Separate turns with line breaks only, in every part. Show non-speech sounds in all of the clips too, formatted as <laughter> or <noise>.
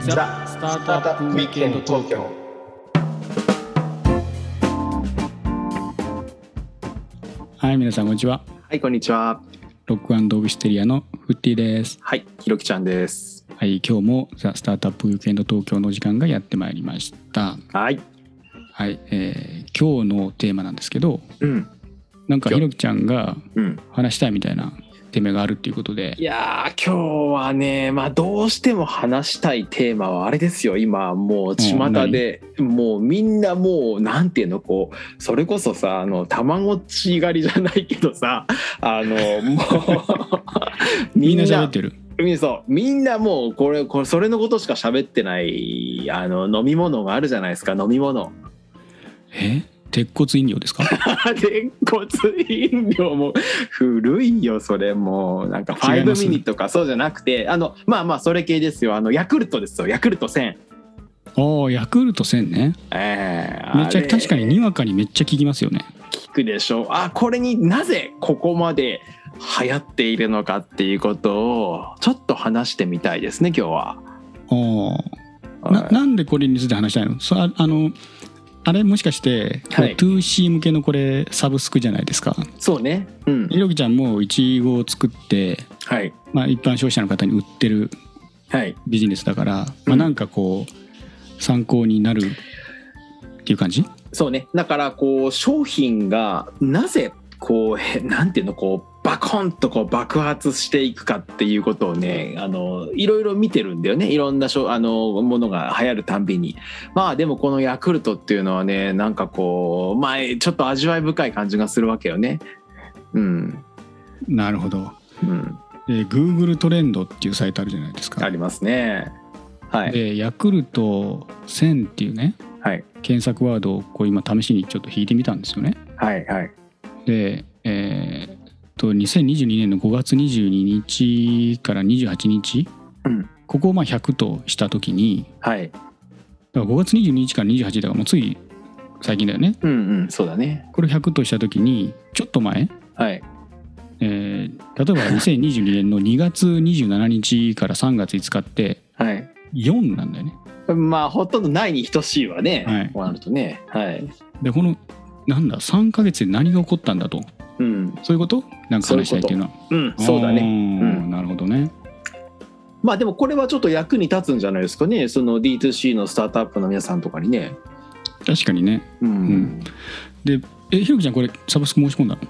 ザ・スタートアップウィークエンド東京
はい、皆さんこんにちは。
はい、こんにちは。
ロックアンドオブステリアのフッティです。
はい、ひろきちゃんです。
はい、今日もザスタートアップウィークエンド東京の時間がやってまいりました。
はい。
はい、えー今日のテーマなんですけど、
うん。
なんかひ
今日
ろきちゃんが
うん。
話したいみたいなテーマがあるっていうことで
い、やー、今日はね、まあ、どうしても話したいテーマはあれですよ。今、もう巷で、もうみんなもう、なんていうの、こう、それこそさ、あの、たまごっち狩りじゃないけどさ、 <laughs> あの、もう、
<laughs> みんな喋ってる。
みんなそうみんなもうこれこれそれのことしか喋ってないあの飲み物があるじゃないですか飲み物
え、鉄骨飲料
<laughs>
ですか？ <laughs>
鉄骨飲料も古いよそれもうなんか
違います
5ミニとかそうじゃなくてあのまあまあそれ系ですよあのヤクルトですよヤクルト1000
ああ、ヤクルト1000ね。
えー
めっち
あ
ゃ
れ
確かににわかにめっちゃ効きますよね。
聞くでしょうあこれになぜここまで流行っているのかっていうことをちょっと話してみたいですね今日は。
ああ、ななんでこれについて話したいの？そうああの。あれもしかして、こ
は
れ
い
2C 向けのこれサブスクじゃないですか
そうね、うん
ひろきちゃんもいちごを作って、
はい
まあ、一般消費者の方に売ってる
はい、
ビジネスだから、
う
まあ、
ん
なんかこう参考になるっていう感じ
そうね。だからこう商品がなぜこうへなんていうのこうバコンとこう爆発していくかっていうことをねあのいろいろ見てるんだよねいろんなしょあのものが流行るたんびにまあでもこのヤクルトっていうのはねなんかこうまあちょっと味わい深い感じがするわけよねうん
なるほど
うん
で Google トレンドっていうサイトあるじゃないです
あ
か
りますねはい
でヤクルト1000っていうね
はい
検索ワードをこう今試しにちょっと引いてみたんですよね
はいはい
でえーっと2022年の5月22日から28日、
うん
ここをまあ100とした時に
はい
だから5月22日から28だからもうつい最近だよね
うんうんそうだね
これ100とした時にちょっと前、
はい
えー例え
<laughs>
ば2022年の2月27日から3月5日って
はい
4なんだよね。
まあほとんどないに等しいわね、
はい
こうなるとねはい
でこのなんだ3ヶ月で何が起こったんだと
うん、
そういうことなんか話したいっていうのは
うん、そうだね。
ね
う
なるほどね。
まあでもこれはちょっと役に立つんじゃないですかね。その D2C のスタートアップの皆さんとかにね。
確かにね。
うん。
んえひろきちゃんこれサブスク申し込んだの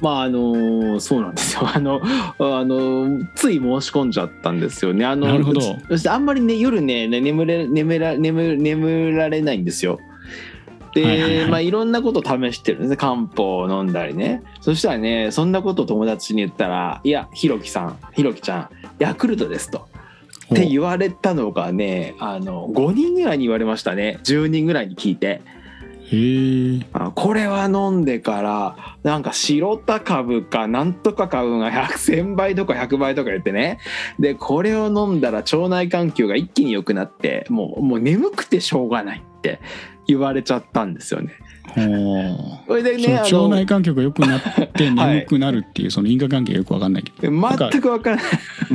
まああのそうなんですよ。 <laughs> あのあのつい申し込んじゃったんですよね。あの
なるほど
そしてあんまりね夜ねね眠れ眠ら眠眠られないんですよ。で、
はいいはいはい
まあいろんなこと試してるんですね。漢方を飲んだりね。そしたらねそんなことを友達に言ったら「いやひろきさんひろきちゃんヤクルトです」と。って言われたのがねあの5人ぐらいに言われましたね10人ぐらいに聞いて
へえ
あこれは飲んでからなんか白田株かなんとか株が1000倍とか100倍とか言ってねでこれを飲んだら腸内環境が一気に良くなってもうもう眠くてしょうがないって言われちゃったんですよね。
ほう
それで
その
ねあ
腸内
の
環境が良くなって眠くなるっていうその因果関係がよくわかんないけど
全く分からない
う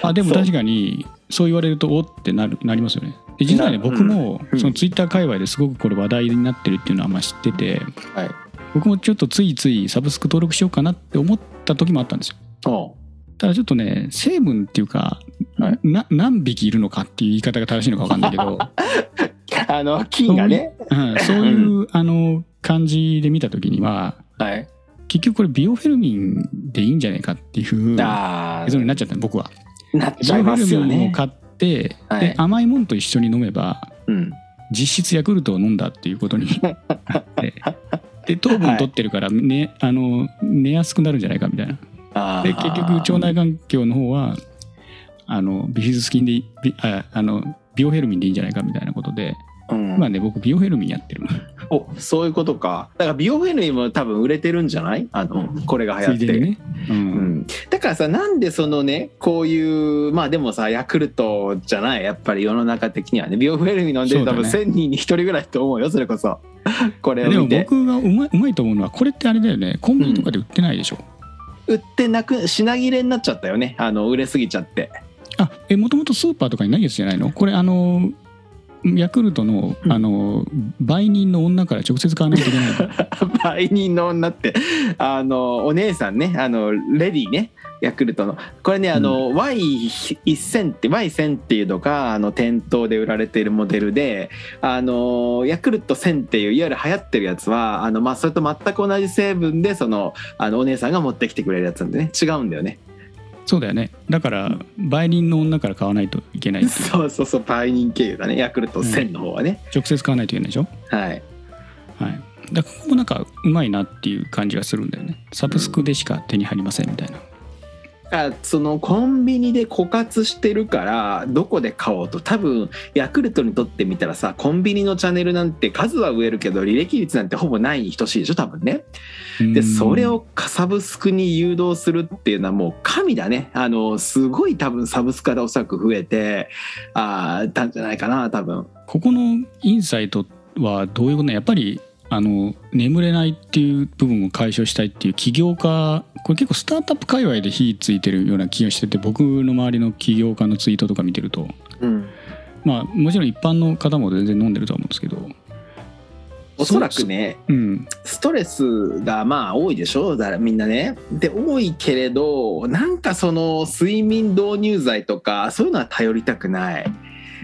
ん、あでも
そう
確かにそう言われるとおってなるなりますよねで実はね
なる
僕も、
うん
そのツイッター界隈ですごくこれ話題になってるっていうのはまあ知ってて
はい
僕もちょっとついついサブスク登録しようかなって思った時もあったんですよ
お
ただちょっとね成分っていうか、
はい
な何匹いるのかっていう言い方が正しいのか分かんないけ
<laughs>
ど、
あの菌がね
うん、そういう、あの感じで見た時には
はい
結局これビオフェルミンでいいんじゃないかっていう
あ
結論になっちゃったの僕は。
ーなっ
ジ
ちゃい
ョ
ま
フ
す
ェ
よ
ルミンを
ね。
買って、
はい
で甘いもんと一緒に飲めば
うん
実質ヤクルトを飲んだっていうことに
<laughs>
なってで糖分取ってるから、ねあの寝やすくなるんじゃないかみたいな
あ
で
ー
結局腸内環境の方はあのビフィズス菌でいいビああのビオヘルミンでいいんじゃないかみたいなことで、
うん
まあね僕ビオヘルミンやってる
おそういうことかだから美容フェルミンも多分売れてるんじゃないあのこれが流行
つ
っ
い
て
でにね、う
うんん、だからさなんでそのねこういうまあでもさヤクルトじゃないやっぱり世の中的にはね美容フェルミン飲んで
そう
る
だ
多
ね
分1,000人に1人ぐらいと思うよそれこそこれを
でも
見て
僕がうまいうまいと思うのはこれってあれだよねコンビニとかで売ってないでしょ、
売ってなく品切れになっちゃったよねあの売れすぎちゃって
あえもともとスーパーとかにないやつじゃないのこれあのヤクルトの、
うん
あの売人の女から直接買わないといけない
<laughs>
んだ
売人の女ってあのお姉さんねあのレディねヤクルトのこれねあの、Y1000 って Y1000 っていうのがあの店頭で売られているモデルであのヤクルト1000っていういわゆる流行ってるやつはあの、まあ、それと全く同じ成分でそのあのお姉さんが持ってきてくれるやつなんでね違うんだよね
そうだよねだから売人の女から買わないといけない
そうそうそう売人経由だねヤクルト1000の方はね、
直接買わないといけないでしょ
はい
はいだからここもなんかうまいなっていう感じがするんだよねサブスクでしか手に入りませんみたいな
あそのコンビニで枯渇してるからどこで買おうと多分ヤクルトにとってみたらさコンビニのチャンネルなんて数は増えるけど履歴率なんてほぼないに等しいでしょ多分ね
う
で
ん
それをサブスクに誘導するっていうのはもう神だねあのすごい多分サブスクがおそらく増えてあーたんじゃないかな多分
ここのインサイトはどういうことねやっぱりあの眠れないっていう部分を解消したいっていう起業家これ結構スタートアップ界隈で火ついてるような気がしてて僕の周りの起業家のツイートとか見てると
うん
まあもちろん一般の方も全然飲んでるとは思うんですけど
おそらくね
うん
ストレスがまあ多いでしょだからみんなね。で多いけれどなんかその睡眠導入剤とかそういうのは頼りたくない。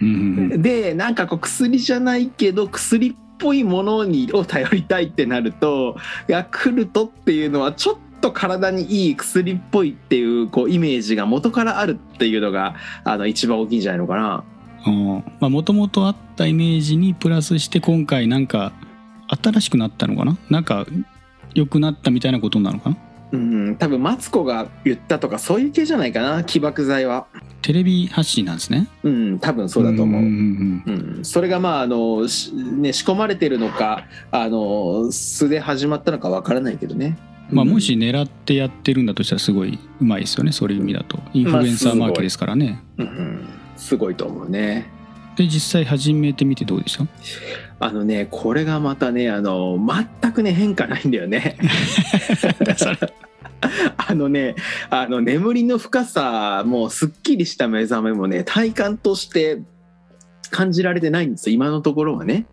うんうんうん
でなんかこう薬じゃないけど薬っぽいものにを頼りたいってなるとヤクルトっていうのはちょっと体にいい薬っぽいっていうこうイメージが元からあるっていうのがあの一番大きいんじゃないのかな。
ああまあもともとあったイメージにプラスして今回なんか新しくなったのかななんか良くなったみたいなことなのかな
うん多分マツコが言ったとかそういう系じゃないかな起爆剤は。
テレビ発信なんですね
うん多分そうだと思う。
んんん
うん、それがまああの、しね、仕込まれてるのかあの素で始まったのかわからないけどね。
まあ、
うん
もし狙ってやってるんだとしたらすごいうまいですよねそういう意味だとインフルエンサーマーケですからね、
うんうんすごいと思うね。
で実際始めてみてどうでした
あのねこれがまたねあの全くね変化ないんだ
<laughs>
よね。あのねあの眠りの深さもすっきりした目覚めもね体感として感じられてないんですよ今のところはね。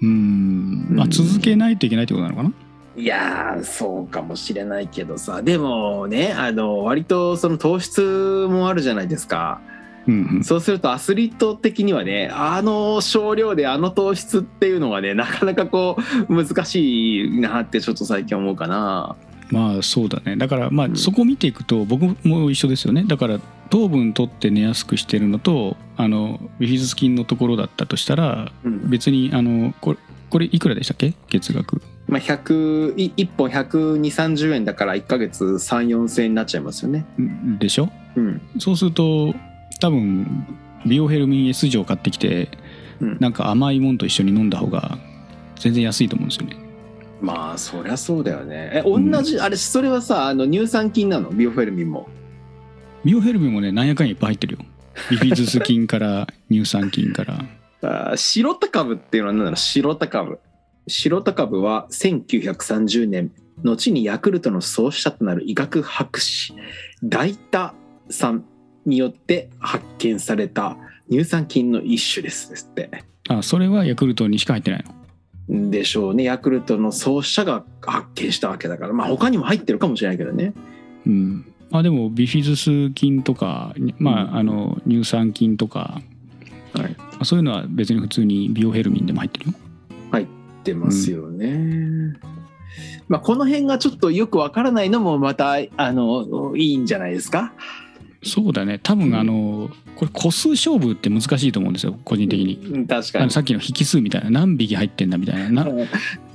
うーん、まあ、続けないといけないってことなのかない
やーそうかもしれないけどさでもねあの割とその糖質もあるじゃないですか
うんうん
そうするとアスリート的にはねあの少量であの糖質っていうのはねなかなかこう難しいなってちょっと最近思うかな
まあそうだねだからまあ
うん
そこを見ていくと僕も一緒ですよねだから糖分取って寝やすくしてるのとあのビフィズス菌のところだったとしたら
うん
別にあのこれこれいくらでしたっけ月額
まあ100い1本12030円だから1ヶ月34000円になっちゃいますよね
でしょ
うん
そうすると多分ビオヘルミン S 錠買ってきて
うん
なんか甘いもんと一緒に飲んだ方が全然安いと思うんですよね
まあそりゃそうだよねえ同じ、あれそれはさあの乳酸菌なのビオフェルミンも
ビオヘルミンもねなんやかんやいっぱい入ってるよビフィズス菌から
<laughs>
乳酸菌から
あー白田株っていうのは何なの白田株白田株は1930年後にヤクルトの創始者となる医学博士大田さんによって発見された乳酸菌の一種ですですって
あそれはヤクルトにしか入ってないの
でしょうねヤクルトの創始者が発見したわけだからまあ他にも入ってるかもしれないけどね
うんあでもビフィズス菌とか、ま
うん
あ、あの乳酸菌とか、
はい
そういうのは別に普通にビオヘルミンでも入ってるよ
出ますよね、まあこの辺がちょっとよくわからないのもまたあのいいんじゃないですか
そうだね多
うん
分あの、これ個数勝負って難しいと思うんですよ個人的に
うん確
あ
か
の
に
さっきの引数みたいな何匹入ってんだみたいなな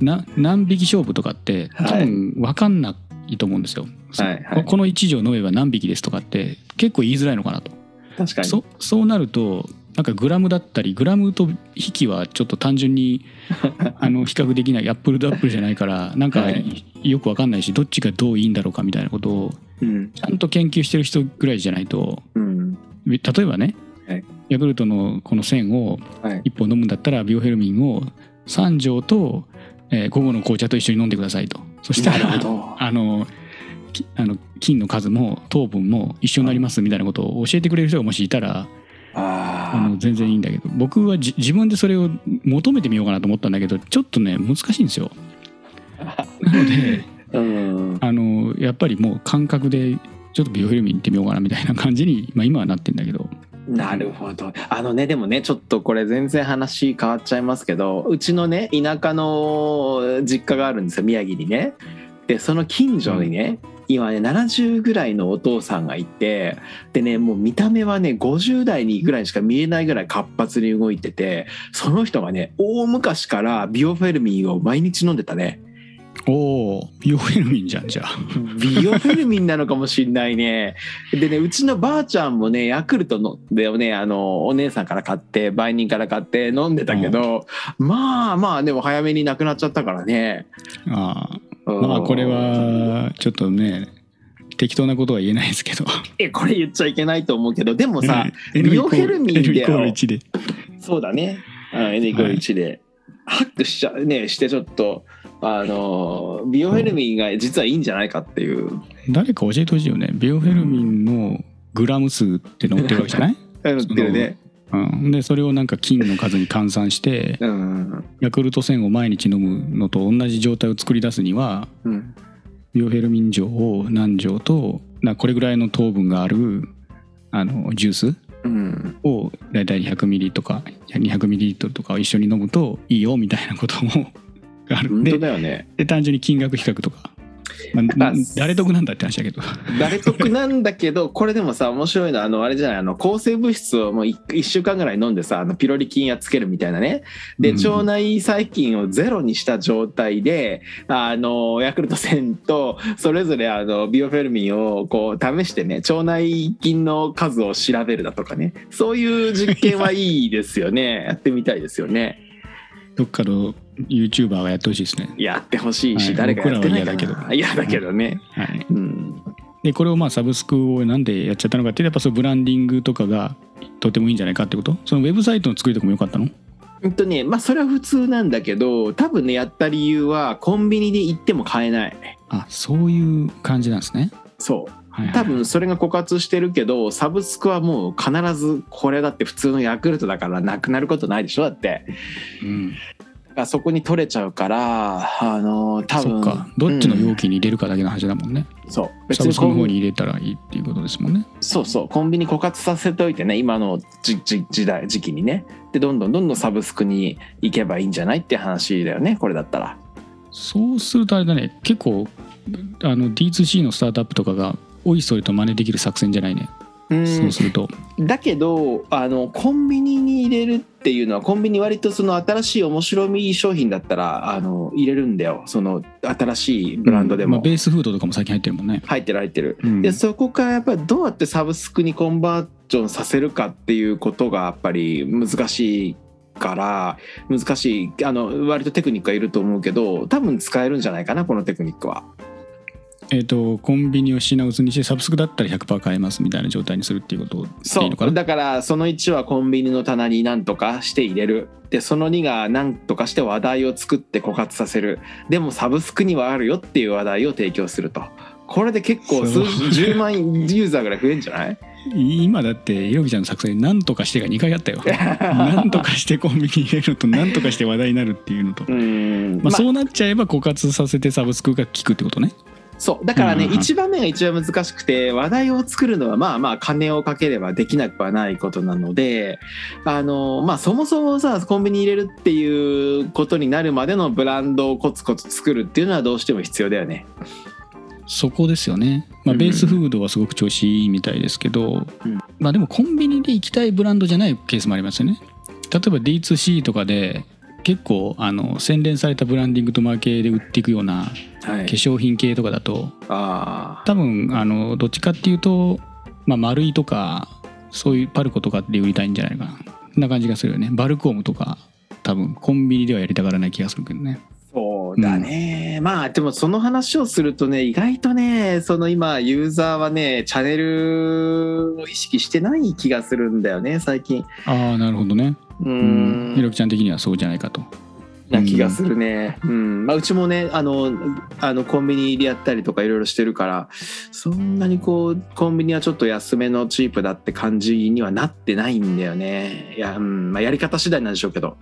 な何匹勝負とかって
はい
多分分かんないと思うんですよ、
はいはい
この1錠飲めば何匹ですとかって結構言いづらいのかなと、
確かに
そそうなるとなんかグラムだったりグラムと匹はちょっと単純に
<laughs>
あの比較できないアップルとアップルじゃないからなんか
はい
よく分かんないしどっちがどういいんだろうかみたいなことを
うん
ちゃんと研究してる人ぐらいじゃないと
うん
例えばね、
はい
ヤクルトのこの線を
はい
1本飲むんだったらビオヘルミンを3錠と、えー午後の紅茶と一緒に飲んでくださいとそした
なる
ら
ほど
あのきあの菌の数も糖分も一緒になりますみたいなことを教えてくれる人がもしいたらあ
あ
の全然いいんだけど僕はじ自分でそれを求めてみようかなと思ったんだけどちょっとね難しいんですよ。なので
あうん
あのやっぱりもう感覚でちょっとビオフィルム行ってみようかなみたいな感じに、まあ、今はなってんだけど
なるほどあのねでもねちょっとこれ全然話変わっちゃいますけどうちのね田舎の実家があるんですよ宮城にねでその近所にね、今ね70ぐらいのお父さんがいてでねもう見た目はね50代にぐらいしか見えないぐらい活発に動いててその人がね大昔からビオフェルミンを毎日飲んでたね
おおビオフィルミンじゃんじゃあ
ビオフェルミンなのかもしんないね。でね、うちのばあちゃんもね、ヤクルトの、でね、あの、お姉さんから買って、売人から買って飲んでたけど、まあまあ、でも早めになくなっちゃったからね。
ああ
ま
まあこれ。はちょっとね適当なことは言えないですけど
え、これ言っちゃいけないと思うけど、で
<laughs>
もさ、ビオフェルミン
L イコール
で
1で
そうだね。うん、N イコール1で。ハックしちゃうね、してちょっと、あの、ビオフェルミンが実はいいんじゃないかっていう。
誰か教えてほしいよねビオフェルミンのグラム数って載ってるわけじゃ
<laughs>
ない、
うん、っていうね。
うん、でそれをなんか菌の数に換算して
うん。
ヤクルト1000を毎日飲むのと同じ状態を作り出すには
うん。
ビオフェルミン錠を何錠となこれぐらいの糖分があるあのジュース
うん
をだいたい100ミリとか200ミリリットルとかを一緒に飲むといいよみたいなことも <laughs> あるん
本
で
当だよね。
で単純に金額比較とか、まあ
まあ
な誰得なんだって話だけど
誰得なんだけど、これでもさ、面白いのは、あの、あれじゃない、あの、抗生物質をもう 1, 週間ぐらい飲んでさ、あの、ピロリ菌やっつけるみたいなね。で、
うん
腸内細菌をゼロにした状態で、あの、ヤクルト1000と、それぞれ、あの、ビオフェルミンを、こう、試してね、腸内菌の数を調べるだとかね。そういう実験はいいですよ
<laughs>
ね。やってみたいですよね。
どっかの YouTuber がやってほしいですね。
やってほしいし、
はい
誰かやってないかな。
僕らは
嫌だけどね。
はい、
うん。
でこれをまあサブスクをなんでやっちゃったのかっていうとやっぱそのブランディングとかがとてもいいんじゃないかってことそのウェブサイトの作りとかも良かったの
うんとね、まあそれは普通なんだけど、多分ね、やった理由はコンビニで行っても買えない。
あそういう感じなんですね。
そう。
はいはい
多分それが枯渇してるけど、サブスクはもう必ずこれだって普通のヤクルトだからなくなることないでしょだって。
うん
だからそこに取れちゃうから、あのー、多
そ
分。
っかどっちの
う
容
ん
器に入れるかだけの話だもんね、
そう。
サブスク
コ
の方
ン
に入れたらいいっていうことですもんね
そうそう、コンビニ枯渇させておいてね、今のじじ時代、時期にね。で、どんどんどんどんサブスクに行けばいいんじゃないって話だよね、これだったら。
そうするとあれだね結構あの D2C のスタートアップとかがおいそれと真似できる作戦じゃないね、
うん
そうすると
だけどあのコンビニに入れるっていうのはコンビニ割とその新しい面白み商品だったらあの入れるんだよその新しいブランドで
まあ、
も
ベースフードとかも最近入ってるもんね、
入ってる入ってる、
うん
でそこからやっぱりどうやってサブスクにコンバージョンさせるかっていうことがやっぱり難しいから難しいあの割とテクニックがいると思うけど多分使えるんじゃないかなこのテクニックは。
えっ、とコンビニを品薄にしてサブスクだったら100%買えますみたいな状態にするっていうことでい
そ
いのか
う
な
だからその1はコンビニの棚に何とかして入れるでその2が何とかして話題を作って枯渇させるでもサブスクにはあるよっていう話題を提供するとこれで結構数
そう
10万ユーザーぐらい増えんじゃない
今だってひろきちゃんの作戦なんとかしてが2回あ
<laughs>
ったよなんとかしてコンビニ入れるとなんとかして話題になるっていうのと、
うーん
まあ、
まあ
そうなっちゃえば枯渇させてサブスクが効くってことね
そうだからね
うんうんうん
1番目が一番難しくて話題を作るのはまあまあ金をかければできなくはないことなのであのまあそもそもさコンビニ入れるっていうことになるまでのブランドをコツコツ作るっていうのはどうしても必要だよね。
そこですよね、ま
う
あ、
ん
ベースフードはすごく調子いいみたいですけど、
うん
まあ、でもコンビニで行きたいブランドじゃないケースもありますよね例えば D2C とかで結構あの洗練されたブランディングとマーケで売っていくような
は
化粧品系とかだと
ああ
多分あのどっちかっていうと、まあ、丸いとかそういうパルコとかで売りたいんじゃないかなそんな感じがするよねバルコームとか多分コンビニではやりたがらない気がするけどね
そうだね、まあでもその話をするとね意外とねその今ユーザーはねチャンネルを意識してない気がするんだよね最近
ああなるほどね
うー
うん
ん
ひろきちゃん的にはそうじゃないかと
な気がするね、うんまあ、うちもねあのあのコンビニでやったりとかいろいろしてるからそんなにこうコンビニはちょっと安めのチープだって感じにはなってないんだよねいや,、うんまあ、やり方次第なんでしょうけど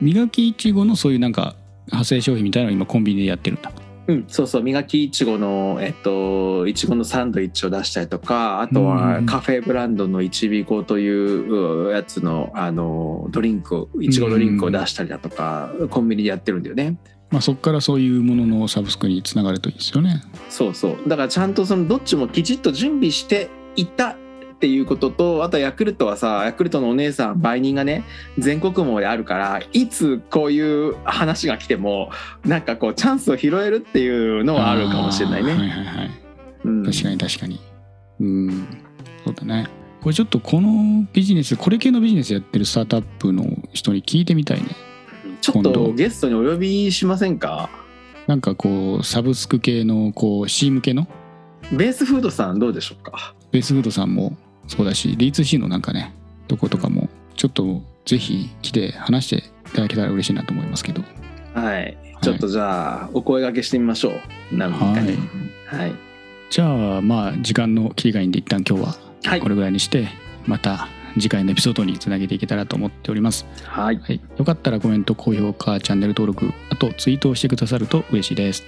磨きいちごのそういうなんか派生商品みたいなのを今コンビニでやってるんだ
うん、そうそう磨きいちごのえっといちごのサンドイッチを出したりとかあと
う
は
ん
カフェブランドのいちびこといううやつのあのドリンクをいちごドリンクを出したりだとかコンビニでやってるんだよね
まあ、そこからそういうもののサブスクにつながるといいですよね
そうそうだからちゃんとそのどっちもきちっと準備していたっていうこととあとヤクルトはさヤクルトのお姉さん売人がね全国網であるからいつこういう話が来てもなんかこうチャンスを拾えるっていうのはあるかもしれない
あーはい
ね。
はいはい
うん
確かに確かにうんそうだねこれちょっとこのビジネスこれ系のビジネスやってるスタートアップの人に聞いてみたいね
ちょっ
今度
とゲストにお呼びしませんか
なんかこうサブスク系のこう C 向けの
ベースフードさんどうでしょうか
ベースフードさんもそうだし D2C のなんかねとことかもちょっとぜひ来て話していただけたら嬉しいなと思いますけど
はいちょっとじゃあお声掛けしてみましょう何人かにはい、
じゃあまあ時間の切りがいいんで一旦今日は
はい
これぐらいにしてまた次回のエピソードにつなげていけたらと思っております、
はい、
はい、よかったらコメント高評価チャンネル登録あとツイートをしてくださると嬉しいです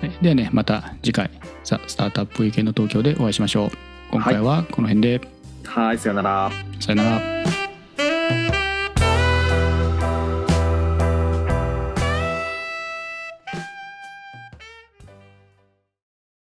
はいではねまた次回「ザ・スタートアップウィーケンド東京」でお会いしましょう今回はこの辺で、
はい、さよなら
さよなら